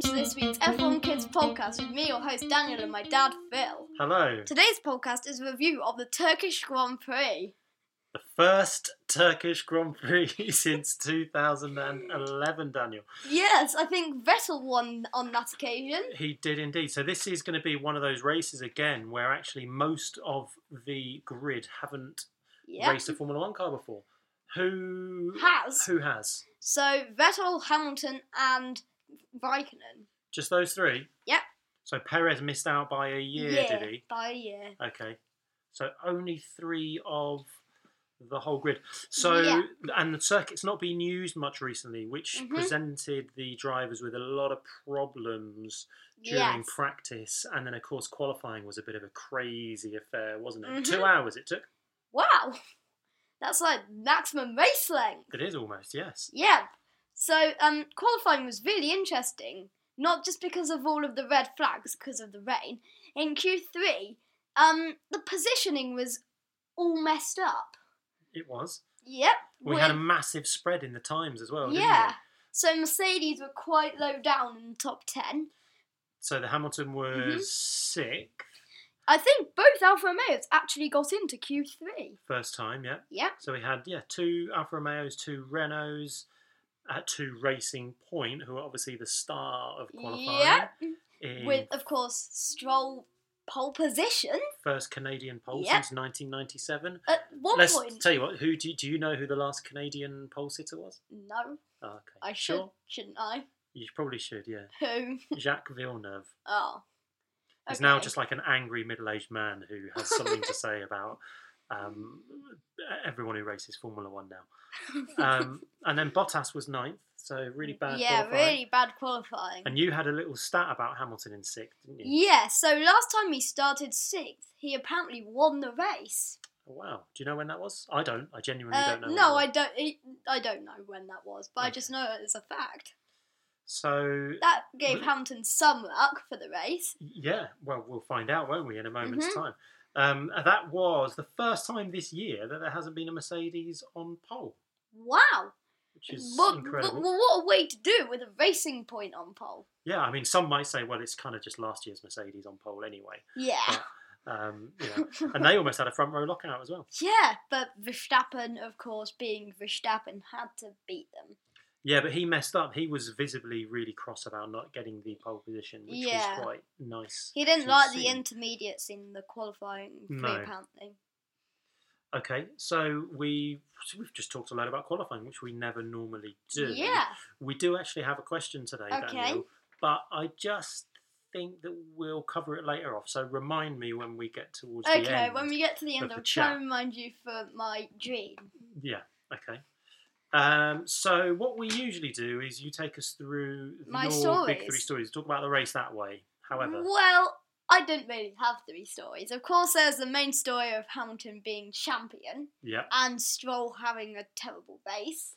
to this week's F1 Kids podcast with me, your host Daniel, and my dad Phil. Hello. Today's podcast is a review of the Turkish Grand Prix. The first Turkish Grand Prix since 2011, Daniel. Yes, I think Vettel won on that occasion. He did indeed. So, this is going to be one of those races again where actually most of the grid haven't Yeah. raced a Formula One car before. Who Has. Who has? So Vettel, Hamilton, and Raikkonen. Just those three? Yep. So, Perez missed out by a year, did he? By a year. Okay. So only three of the whole grid. So Yeah. and the circuit's not been used much recently, which Mhm. presented the drivers with a lot of problems during Yes. practice. And then of course qualifying was a bit of a crazy affair, wasn't it? Mhm. Two hours it took. Wow. That's like maximum race length. It is almost, yes. Yeah. So um, qualifying was really interesting, not just because of all of the red flags because of the rain. In Q3, um, the positioning was all messed up. It was. Yep. We with- had a massive spread in the times as well, didn't yeah. we? So Mercedes were quite low down in the top ten. So the Hamilton was Mm-hmm. sick I think both Alfa Romeos actually got into Q3. first time, yeah. Yeah. So we had yeah two Alfa Romeos, two Renaults, uh, two Racing Point, who are obviously the star of qualifying. Yeah. In With of course Stroll pole position first Canadian pole Yeah. since 1997. at one Let's point. tell you what. Who do you, do you know who the last Canadian pole sitter was? no, Oh, okay, I should sure. shouldn't I? You probably should. Yeah, Who? Jacques Villeneuve. Oh. He's now Okay. just like an angry middle-aged man who has something to say about um, everyone who races Formula One now. Um, and then Bottas was ninth, so really bad. yeah, qualifying. really bad qualifying. And you had a little stat about Hamilton in sixth, didn't you? yeah, so last time he started sixth, he apparently won the race. Oh, Wow. Do you know when that was? I don't. I genuinely Uh, Oh, don't know. no, I when that was. don't. I I don't know when that was, but I Okay. just know it as a fact. So That gave Mm. Hamilton some luck for the race. yeah, well, we'll find out, won't we, in a moment's Mhm. time. Um, and that was the first time this year that there hasn't been a Mercedes on pole, Wow! which is What, incredible. what, what a way to do it with a racing point on pole. yeah, I mean, some might say, well, it's kind of just last year's Mercedes on pole anyway. Yeah. Um, you know. and they almost had a front row lockout as well. yeah, but Verstappen, of course, being Verstappen, had to beat them. Yeah, but he messed up. He was visibly really cross about not getting the pole position, which Yeah. was quite nice. He didn't to like the see. intermediates in the qualifying, three, No. apparently. Okay, so we we've just talked a lot about qualifying, which we never normally do. Yeah. we do actually have a question today, Okay. Daniel, but I just think that we'll cover it later off. So remind me when we get towards the Okay, end. when we get to the end, of I'll the try chat. and remind you for my dream. Yeah. Okay. Um, so what we usually do is you take us through My your big three stories. stories. Talk about the race that way. However, Well, I don't really have three stories. Of course, there's the main story of Hamilton being champion yeah. and Stroll having a terrible race.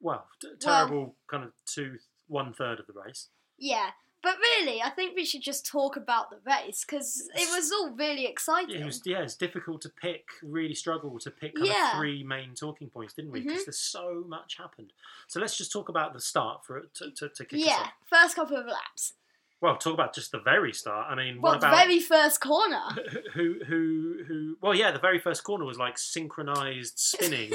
Well, t- Well- terrible kind of two one third of the race. Yeah, but really, I think we should just talk about the race because it was all really exciting. It was yeah, it's difficult to pick. Really struggled to pick kind Yeah. of three main talking points, didn't we? Because Mhm. there's so much happened. So let's just talk about the start for to to, to kick us yeah, off. first couple of laps. Well, talk about just the very start. I mean, Well, what about very first corner. who who who? Well, yeah, the very first corner was like synchronized spinning.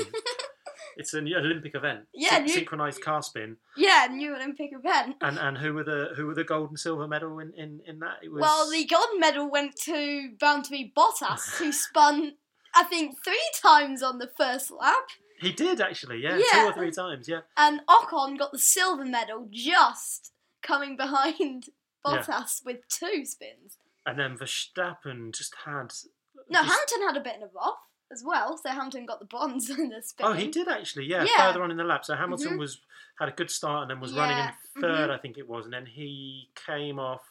it's an Olympic event. Yeah, Syn- you- synchronized car spin. yeah, new Olympic event. And and who were the who were the gold and silver medal in in, in that? It was Well, the gold medal went to Boundary Bottas, who spun, I think, three times on the first lap. he did actually. Yeah, Yeah. two or three times. Yeah. And Ocon got the silver medal just coming behind Yeah. Bottas with two spins. And then Verstappen just had No, Uh, just- Hampton had a bit of a off as well, so Hampton got the bronze and the spin. Oh, he did actually. Yeah, Yeah. Mm-hmm. further on in the lap. So Hamilton was had a good start and then was running Yeah, mm-hmm. in 3rd I think it was, and then he came off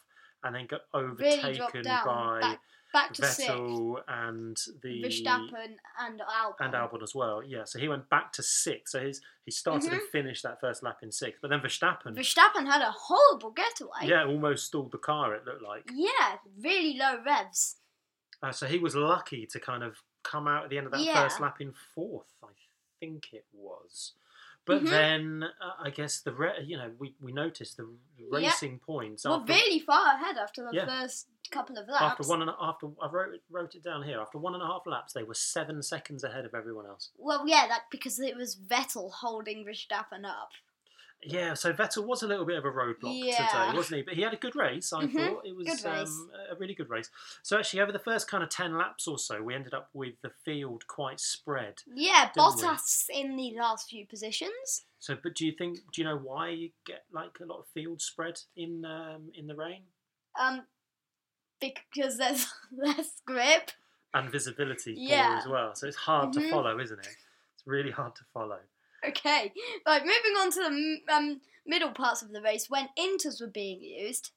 and then got Really overtaken dropped down. by back, back to sixth. Vettel and the Verstappen and Albon. and Albon as well. Yeah, so he went back to sixth. So his he started and finished that first lap in sixth, but then Verstappen, Mm-hmm. Verstappen had a horrible getaway. yeah, almost stalled the car. It looked like. Yeah, really low revs. Uh, so he was lucky to kind of come out at the end of that Yeah. first lap in fourth, I think it was. But Mhm. then uh, I guess the re- you know we, we noticed the Yeah. racing points We're after, really far ahead after the Yeah. first couple of laps. after one and a, after I wrote it, wrote it down here after one and a half laps they were seven seconds ahead of everyone else. Well, yeah, that because it was Vettel holding Verstappen up. Yeah, so Vettel was a little bit of a roadblock Yeah. today, wasn't he? But he had a good race. I Mhm, thought it was good race. Um, a really good race. So actually, over the first kind of ten laps or so, we ended up with the field quite spread. Yeah, Didn't we? Bottas in the last few positions. So, but do you think? Do you know why you get like a lot of field spread in um, in the rain Um, because there's less grip. and visibility poor Yeah. as well? So it's hard Mhm. to follow, isn't it? It's really hard to follow. Okay, right. Moving on to the m- um, middle parts of the race when inters were being used.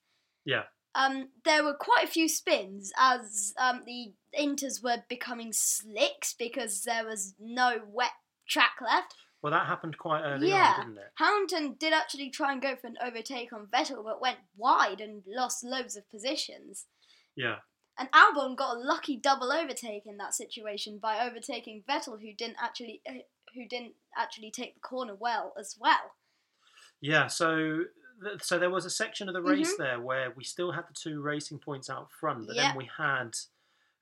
Yeah. Um, there were quite a few spins as um, the inters were becoming slicks because there was no wet track left. Well, that happened quite early Yeah. on, didn't it? Hamilton did actually try and go for an overtake on Vettel, but went wide and lost loads of positions. Yeah. And Albon got a lucky double overtake in that situation by overtaking Vettel, who didn't actually eh, who didn't actually take the corner well as well. Yeah, so th- so there was a section of the race Mm-hmm. there where we still had the two racing points out front, but Yeah. then we had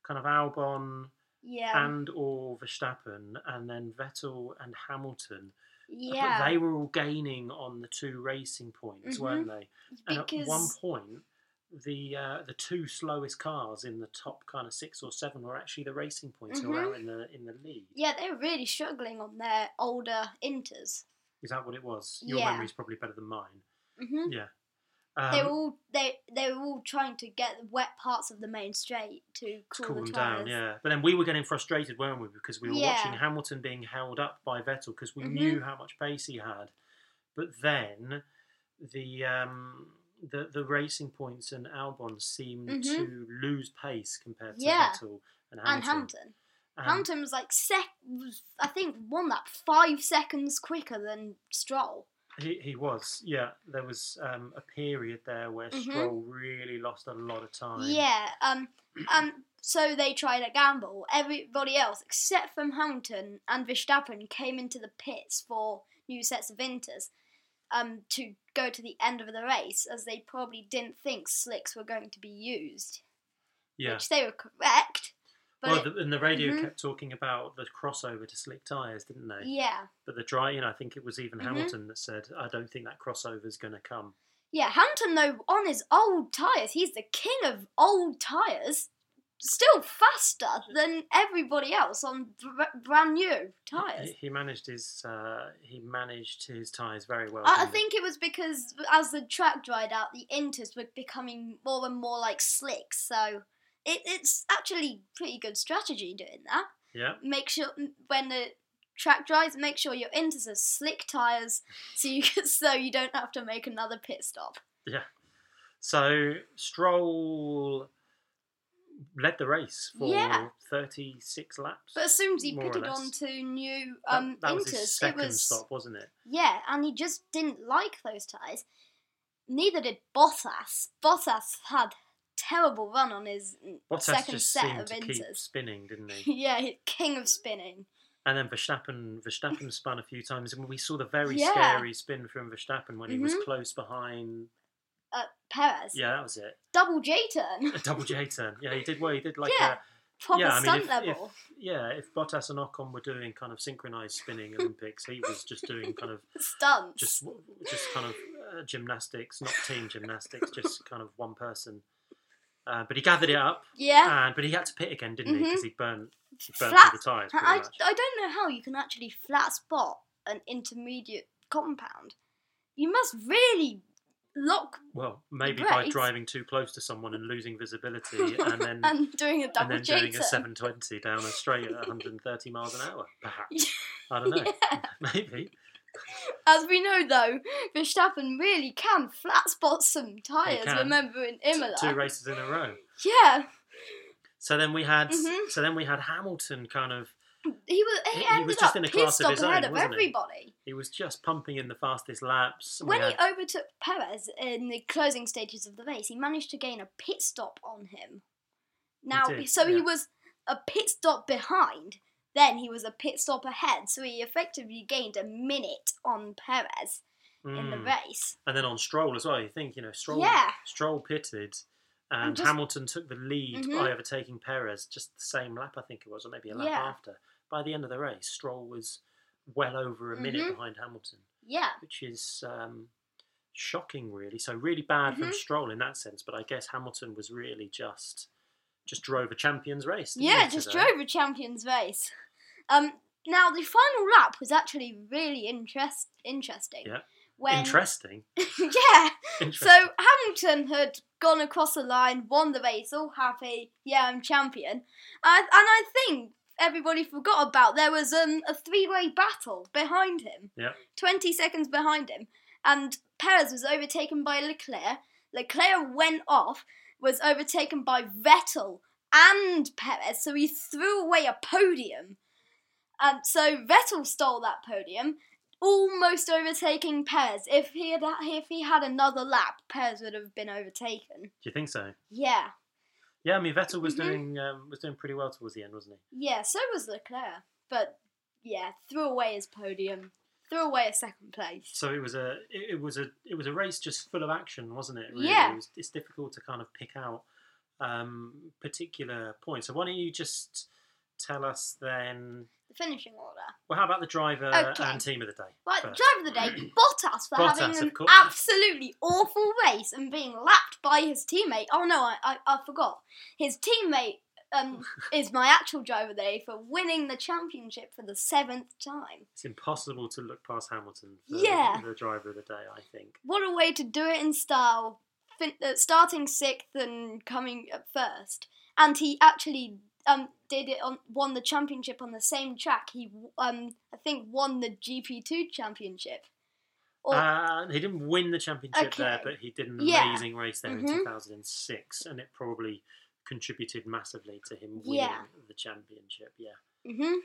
kind of Albon Yeah, and or Verstappen, and then Vettel and Hamilton. yeah. But they were all gaining on the two racing points, Mhm. weren't they? And because at uh, one point, the uh, the two slowest cars in the top kind of six or seven were actually the racing points who were Mhm. out in the in the lead. yeah, they were really struggling on their older inters. Is that what it was? Your Yeah. memory's probably better than mine. hmm Yeah. Um, they were all they they were all trying to get the wet parts of the main straight to to cool, cool the them tires. down, yeah. But then we were getting frustrated, weren't we? Because we were Yeah. watching Hamilton being held up by Vettel because we Mhm. knew how much pace he had. But then the um, the the racing points and Albon seemed Mhm. to lose pace compared to Yeah. Vettel and Hamilton. And Hamilton. And- Hamilton was like sec. Was, I think one lap five seconds quicker than Stroll. He, he was, yeah. There was um, a period there where Mhm. Stroll really lost a lot of time. Yeah. Um. Um. So they tried a gamble. Everybody else, except from Hamilton and Verstappen, came into the pits for new sets of inters, um, to go to the end of the race, as they probably didn't think slicks were going to be used, Yeah. which they were correct. But well, the, and the radio mhm. kept talking about the crossover to slick tyres, didn't they? yeah, But the dry, you know, I think it was even Mhm. Hamilton that said, "I don't think that crossover's going to come." yeah. Hamilton though on his old tires, he's the king of old tires. Still faster than everybody else on br- brand new tires. He, he managed his uh, he managed his tyres very well. I, I didn't he? think it was because as the track dried out, the inters were becoming more and more like slicks. So it, it's actually pretty good strategy doing that. Yeah, Make sure when the track dries, make sure your inters are slick tires, so you can, so you don't have to make another pit stop. yeah. So Stroll led the race for Yeah. thirty six laps. But as soon as he More or pitted less. on to new That- um, that, was inters, his it second was stop, wasn't it? Yeah, and he just didn't like those ties. Neither did Bottas. Bottas had terrible run on his mm, Bottas second just set seemed of to keep inters. spinning, didn't he? yeah, he- king of spinning. And then Verstappen, Verstappen spun a few times, and we saw the very Yeah. scary spin from Verstappen when he was Mhm. close behind. Uh, Perez. Yeah, that was it. Double J turn. A double J turn. Yeah, he did well. He did like Yeah, a Proper yeah. I mean, stunt if, level. if yeah, if Bottas and Ocon were doing kind of synchronized spinning Olympics, he was just doing kind of Stunts. just just kind of uh, gymnastics, not team gymnastics, just kind of one person. Uh, but he gathered it up, yeah. Mm-hmm. and but he had to pit again, didn't he? Because he burnt he burnt Flat. through the tires pretty I, much. I don't know how you can actually flat spot an intermediate compound. You must really lock Well, maybe by Right. driving too close to someone and losing visibility, and then and doing a Mm. and double then J doing a turn. 720 down a straight at 130 miles an hour, perhaps. I don't know. Maybe. As we know though, Verstappen really can flat spot some tyres, can. remember in Imola. Two races in a row. yeah. So then we had Mhm. so then we had Hamilton kind of He was he, He- he ended was just up in a pit class of stop his ahead own, of wasn't he? everybody. he was just pumping in the fastest laps. and we When he had- overtook Perez in the closing stages of the race, he managed to gain a pit stop on him. Now, did, so he yeah. was a pit stop behind. Then he was a pit stop ahead, so he effectively gained a minute on Perez in the Mm. race. and then on Stroll as well. You think you know Stroll, Yeah. Stroll pitted, and And just- Hamilton took the lead Mhm. by overtaking Perez just the same lap I think it was, or maybe a lap Yeah. after. By the end of the race, Stroll was well over a minute Mhm. behind Hamilton, Yeah, which is um, shocking, really. So really bad from Mhm. Stroll in that sense, but I guess Hamilton was really just just drove a champions race. didn't yeah, he, just today? drove a champions race. Um, now the final lap was actually really interest interesting. Yeah. When Interesting. yeah, so Interesting. Hamilton had gone across the line, won the race, all happy. Yeah, I'm champion. I, and I think everybody forgot about there was um, a three-way battle behind him. Yeah. Twenty seconds behind him, and Perez was overtaken by Leclerc. Leclerc went off, was overtaken by Vettel and Perez, so he threw away a podium. And so Vettel stole that podium, almost overtaking Perez. If he had if he had another lap, Perez would have been overtaken. Do you think so? Yeah, Yeah, I mean Vettel was Mhm. doing um, was doing pretty well towards the end, wasn't he? yeah. So was Leclerc, but yeah, threw away his podium, threw away a second place. So it was a it it was a it was a race just full of action, wasn't it? Really? Yeah. It was, it's difficult to kind of pick out um, particular points. So why don't you just tell us then? The finishing order. Well, how about the driver Okay. and team of the day? Right, first? driver of the day, Bottas for Bottas, having an of course. absolutely awful race and being lapped by his teammate. Oh no, I I, I forgot. His teammate um, is my actual driver of the day for winning the championship for the seventh time. It's impossible to look past Hamilton for Yeah. the driver of the day. I think. What a way to do it in style, fin- uh, starting sixth and coming at first. And he actually um did it on won the championship on the same track. He um I think won the GP two championship. Or Uh, he didn't win the championship there, Okay. but he did an Yeah. amazing race there in Mhm. 2006, and it probably contributed massively to him winning Yeah. the championship. Yeah. hmm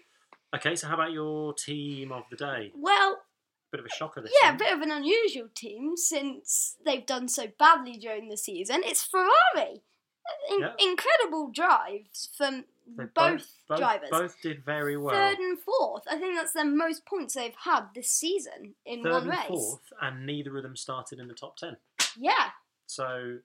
Okay, so how about your team of the day? well, Bit of a shocker this yeah, one. a bit of an unusual team since they've done so badly during the season. It's Ferrari. In- Yeah. Incredible drives from They both, drivers. Both did very well. Third and fourth. I think that's the most points they've had this season in Third one and race. fourth, and neither of them started in the top ten. Yeah, So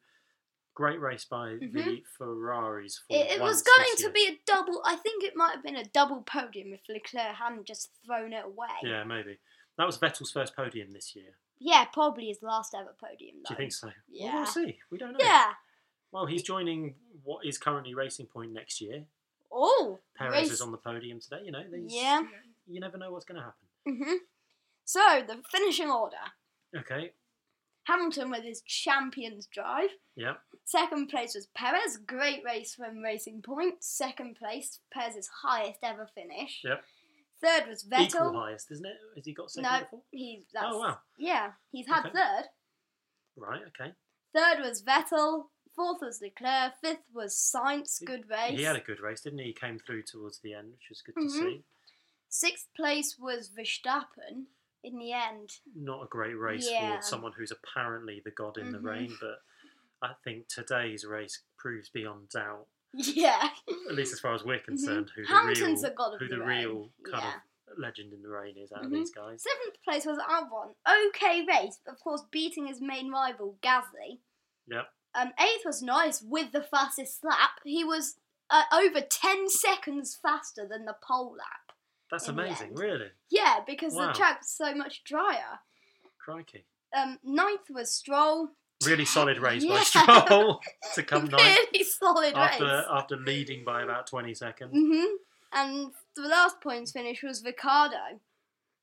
great race by the Mhm. Ferraris. For it, it was once going this to be a double. I think it might have been a double podium if Leclerc hadn't just thrown it away. year. Yeah, maybe that was Vettel's first podium this year. Yeah, probably his last ever podium. Do Though. you think so? Well, Yeah. we'll see. We don't know. Yeah. Well, he's joining what is currently Racing Point next year. Oh. Perez race- is on the podium today. You know, these, Yeah. You never know what's going to happen. Mhm. So the finishing order: Okay. Hamilton with his champions drive. Yeah. Second place was Perez. Great race from Racing Point. Second place, Perez's highest ever finish. Yep. Third was Equal Vettel. highest, isn't it? Has he got second No. before? He's that's, wow. Yeah, he's had Okay. third. Right. Okay. Third was Vettel. Fourth was Leclerc. Fifth was Sainz. Good race. He had a good race, didn't he? He came through towards the end, which was good Mhm. to see. Sixth place was Verstappen in the end. Not a great race Yeah. for someone who's apparently the god in the Mhm. rain, but I think today's race proves beyond doubt, Yeah. at least as far as we're concerned, who the Mm-hmm. Hamilton's real, the god of who the the rain. real kind Yeah. of legend in the rain is out Mhm. of these guys. Seventh place was Albon. Okay race, of course, beating his main rival Gasly. Yep. Um, eighth was nice with the fastest lap. He was uh, over ten seconds faster than the pole lap. That's in the amazing, end. really. Yeah, because Wow. the track's so much drier. Crikey. Um, ninth was Stroll. Really solid race by Yeah. Stroll to come ninth really solid race. after, after leading by about 20 seconds. hmm And the last points finish was Ricardo.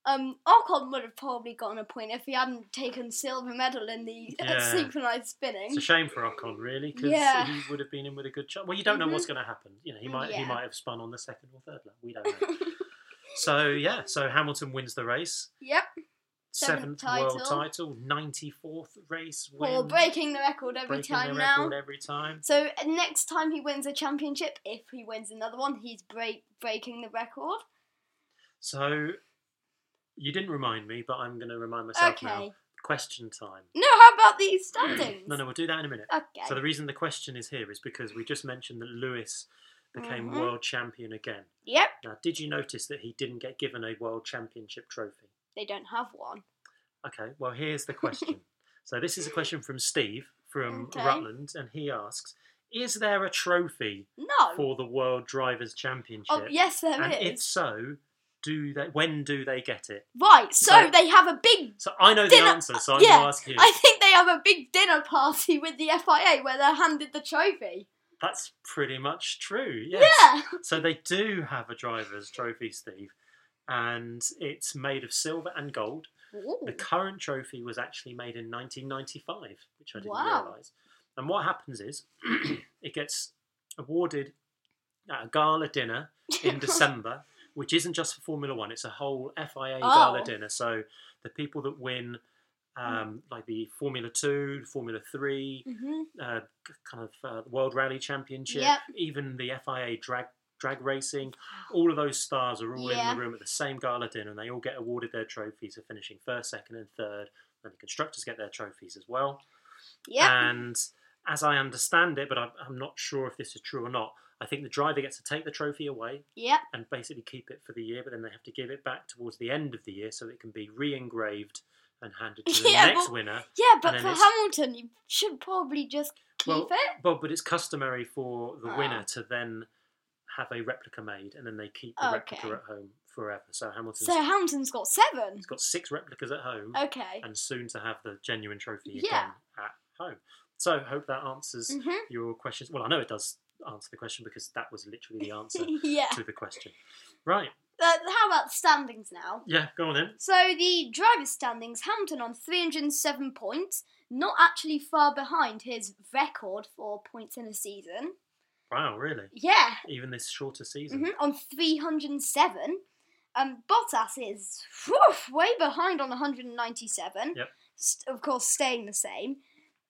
Um, Ocon would have probably gotten a point if he hadn't taken silver medal in the uh, Yeah. synchronized spinning. It's a shame for Ocon, really, because Yeah. he would have been in with a good shot. Well, you don't know Mhm. what's going to happen. You know, he might he Yeah. might have spun on the second or third lap. We don't know. so yeah, so Hamilton wins the race, Yep. seventh Seventh world title. title, ninety fourth race win, Or breaking the record every breaking time the now. record every time. So uh, next time he wins a championship, if he wins another one, he's break breaking the record. So you didn't remind me, but I'm going to remind myself okay. now. Question time. No, how about these standings? No, no, we'll do that in a minute. Okay. So the reason the question is here is because we just mentioned that Lewis became Mhm. world champion again. Yep, Now, did you notice that he didn't get given a world championship trophy? they don't have one. Okay, well, here's the question. so, this is a question from Steve from Okay. Rutland, and he asks Is there a trophy No. for the World Drivers' Championship? oh, yes, there and is. if so, do they? When do they get it? Right, so, So- they have a big. So I know Dinner- the answer, so I'm yeah, going to ask you. I think they have a big dinner party with the FIA where they're handed the trophy. That's pretty much true. Yes. Yeah. So they do have a driver's trophy, Steve, and it's made of silver and gold. Ooh. The current trophy was actually made in 1995, which I didn't Wow. realise. And what happens is it gets awarded at a gala dinner in December, which isn't just for Formula One, it's a whole FIA gala Oh. dinner. So the people that win. Um, like the Formula Two, Formula Three, Mhm. uh, k- kind of uh, World Rally Championship, Yep. even the FIA drag drag racing. All of those stars are all Yeah. in the room at the same gala dinner, and they all get awarded their trophies for finishing first, second, and third. And the constructors get their trophies as well. Yeah. And as I understand it, but I'm, I'm not sure if this is true or not. I think the driver gets to take the trophy away yeah. and basically keep it for the year, but then they have to give it back towards the end of the year so it can be re-engraved and handed to the Yeah, next but- winner. Yeah, but then for it's- Hamilton, you should probably just keep Well, it. Well, but it's customary for the winner Ah. to then have a replica made, and then they keep the Okay. replica at home forever. So Hamilton's So Hamilton's got seven. he's got six replicas at home, Okay. and soon to have the genuine trophy Yeah. again at home. So hope that answers Mhm. your questions. Well, I know it does answer the question because that was literally the answer yeah. to the question. Right? Uh, how about the standings now? Yeah. Go on then. So the driver's standings, Hamilton on 307 points, not actually far behind his record for points in a season. Wow, really? Yeah, Even this shorter season. mhm, on 307. Um, Bottas is whew, way behind on 197. Yep. St- of course, staying the same.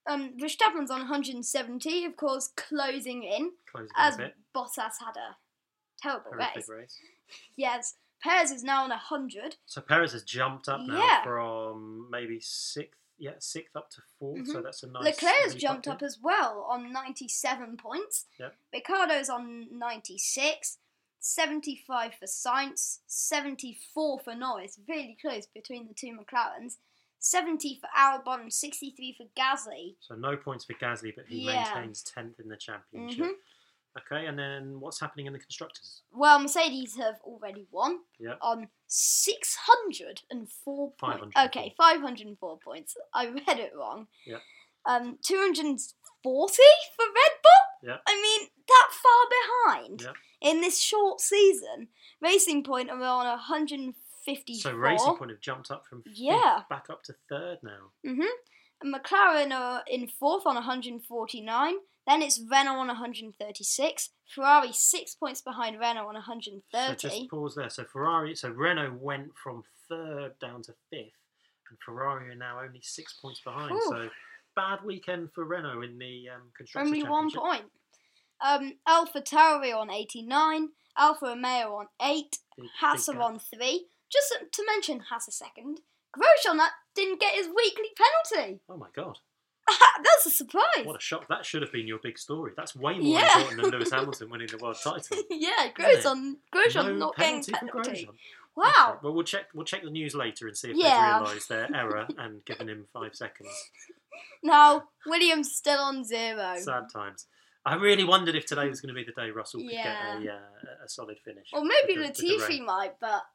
Um, Verstappen's on 170, of course, closing in, Closing in as a bit. Bottas had a terrible Horrific race. race. Yes, Perez is now on 100. So Perez has jumped up now Yeah. from maybe sixth, yeah, sixth up to 4th So Mhm. that's a nice. Leclerc's leap jumped there. up as well on 97 points. Yep. Ricardo's on 96, 75 for Sainz, 74 for Norris, really close between the two McLarens, 70 for Albon, 63 for Gasly. So no points for Gasly, but he Yeah. Mm-hmm. maintains tenth in the championship. Okay, and then what's happening in the constructors? Well, Mercedes have already won Yep. on 604 points. 504. Okay, 504 points. I read it wrong. Yep. Um, 240 for Red Bull? Yep. I mean, that far behind Yep. in this short season. Racing Point are on 154. So Racing Point have jumped up from fifth Yeah. back up to third now. And McLaren are in fourth on 149. Then it's Renault on 136. Ferrari six points behind Renault on 130. So just pause there. So Ferrari, so Renault went from third down to fifth, and Ferrari are now only six points behind. Whew. So bad weekend for Renault in the um, constructors. Only one Championship. point. Um, Alpha Tauri on 89, Alpha Romeo on 8, Big- big Haas are gap. on 3. Just to mention Haas a second, Grosjean that didn't get his weekly penalty. Oh my god. That's a surprise. What a shock. That should have been your big story. That's way more Yeah. important than Lewis Hamilton winning the world title. yeah, it? Grosjean, Grosjean No not getting penalty for penalty. Grosjean. Wow. Okay, Well, we'll check. We'll check the news later and see if Yeah. they've realised their error and given him five seconds. Now Williams still on zero. Sad times. I really wondered if today was going to be the day Russell could get Yeah. a, uh, a solid finish. or maybe with the- with the Latifi rain. might, but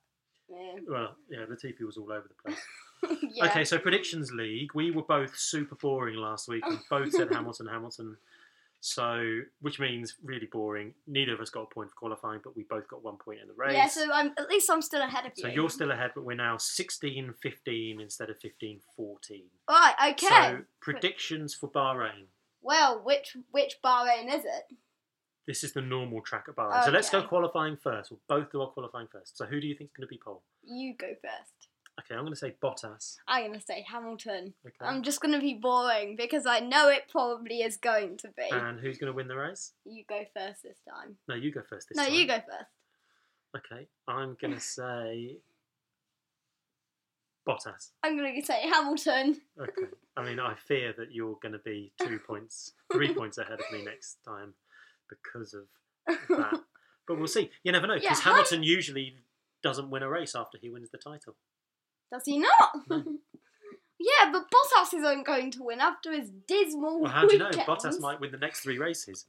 yeah. Well, yeah, Latifi was all over the place. yeah. Okay, so predictions league. We were both super boring last week. We both said Hamilton, Hamilton. So, which means really boring. Neither of us got a point for qualifying, but we both got one point in the race. Yeah, so I'm at least I'm still ahead of you. So you're still ahead, but we're now 16 15 instead of 15 14. right. Okay. So predictions for Bahrain. well, which which Bahrain is it? This is the normal track at Bahrain. So let's go Okay. qualifying first. We'll both do our qualifying first. So who do you think's going to be pole? You go first. Okay, I'm going to say Bottas. I'm gonna say Hamilton. Okay. I'm just gonna be boring because I know it probably is going to be. and who's going to win the race? you go first this time. No, you go first this no, time. you go first. Okay, I'm going to say Bottas. I'm gonna say Hamilton. Okay. I mean, I fear that you're going to be two points, three points ahead of me next time because of that But we'll see. You never know Yeah, because how- Hamilton usually doesn't win a race after he wins the title. Does he not? No. yeah, but Bottas isn't going to win after his dismal Well, how do you know? weekends. Bottas might win the next three races.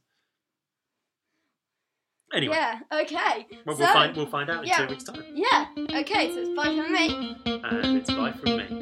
Anyway, Yeah, okay. well, so, we'll, find, we'll find out in yeah. two weeks' time. yeah, okay, so it's bye from me. And it's bye Uh, from me.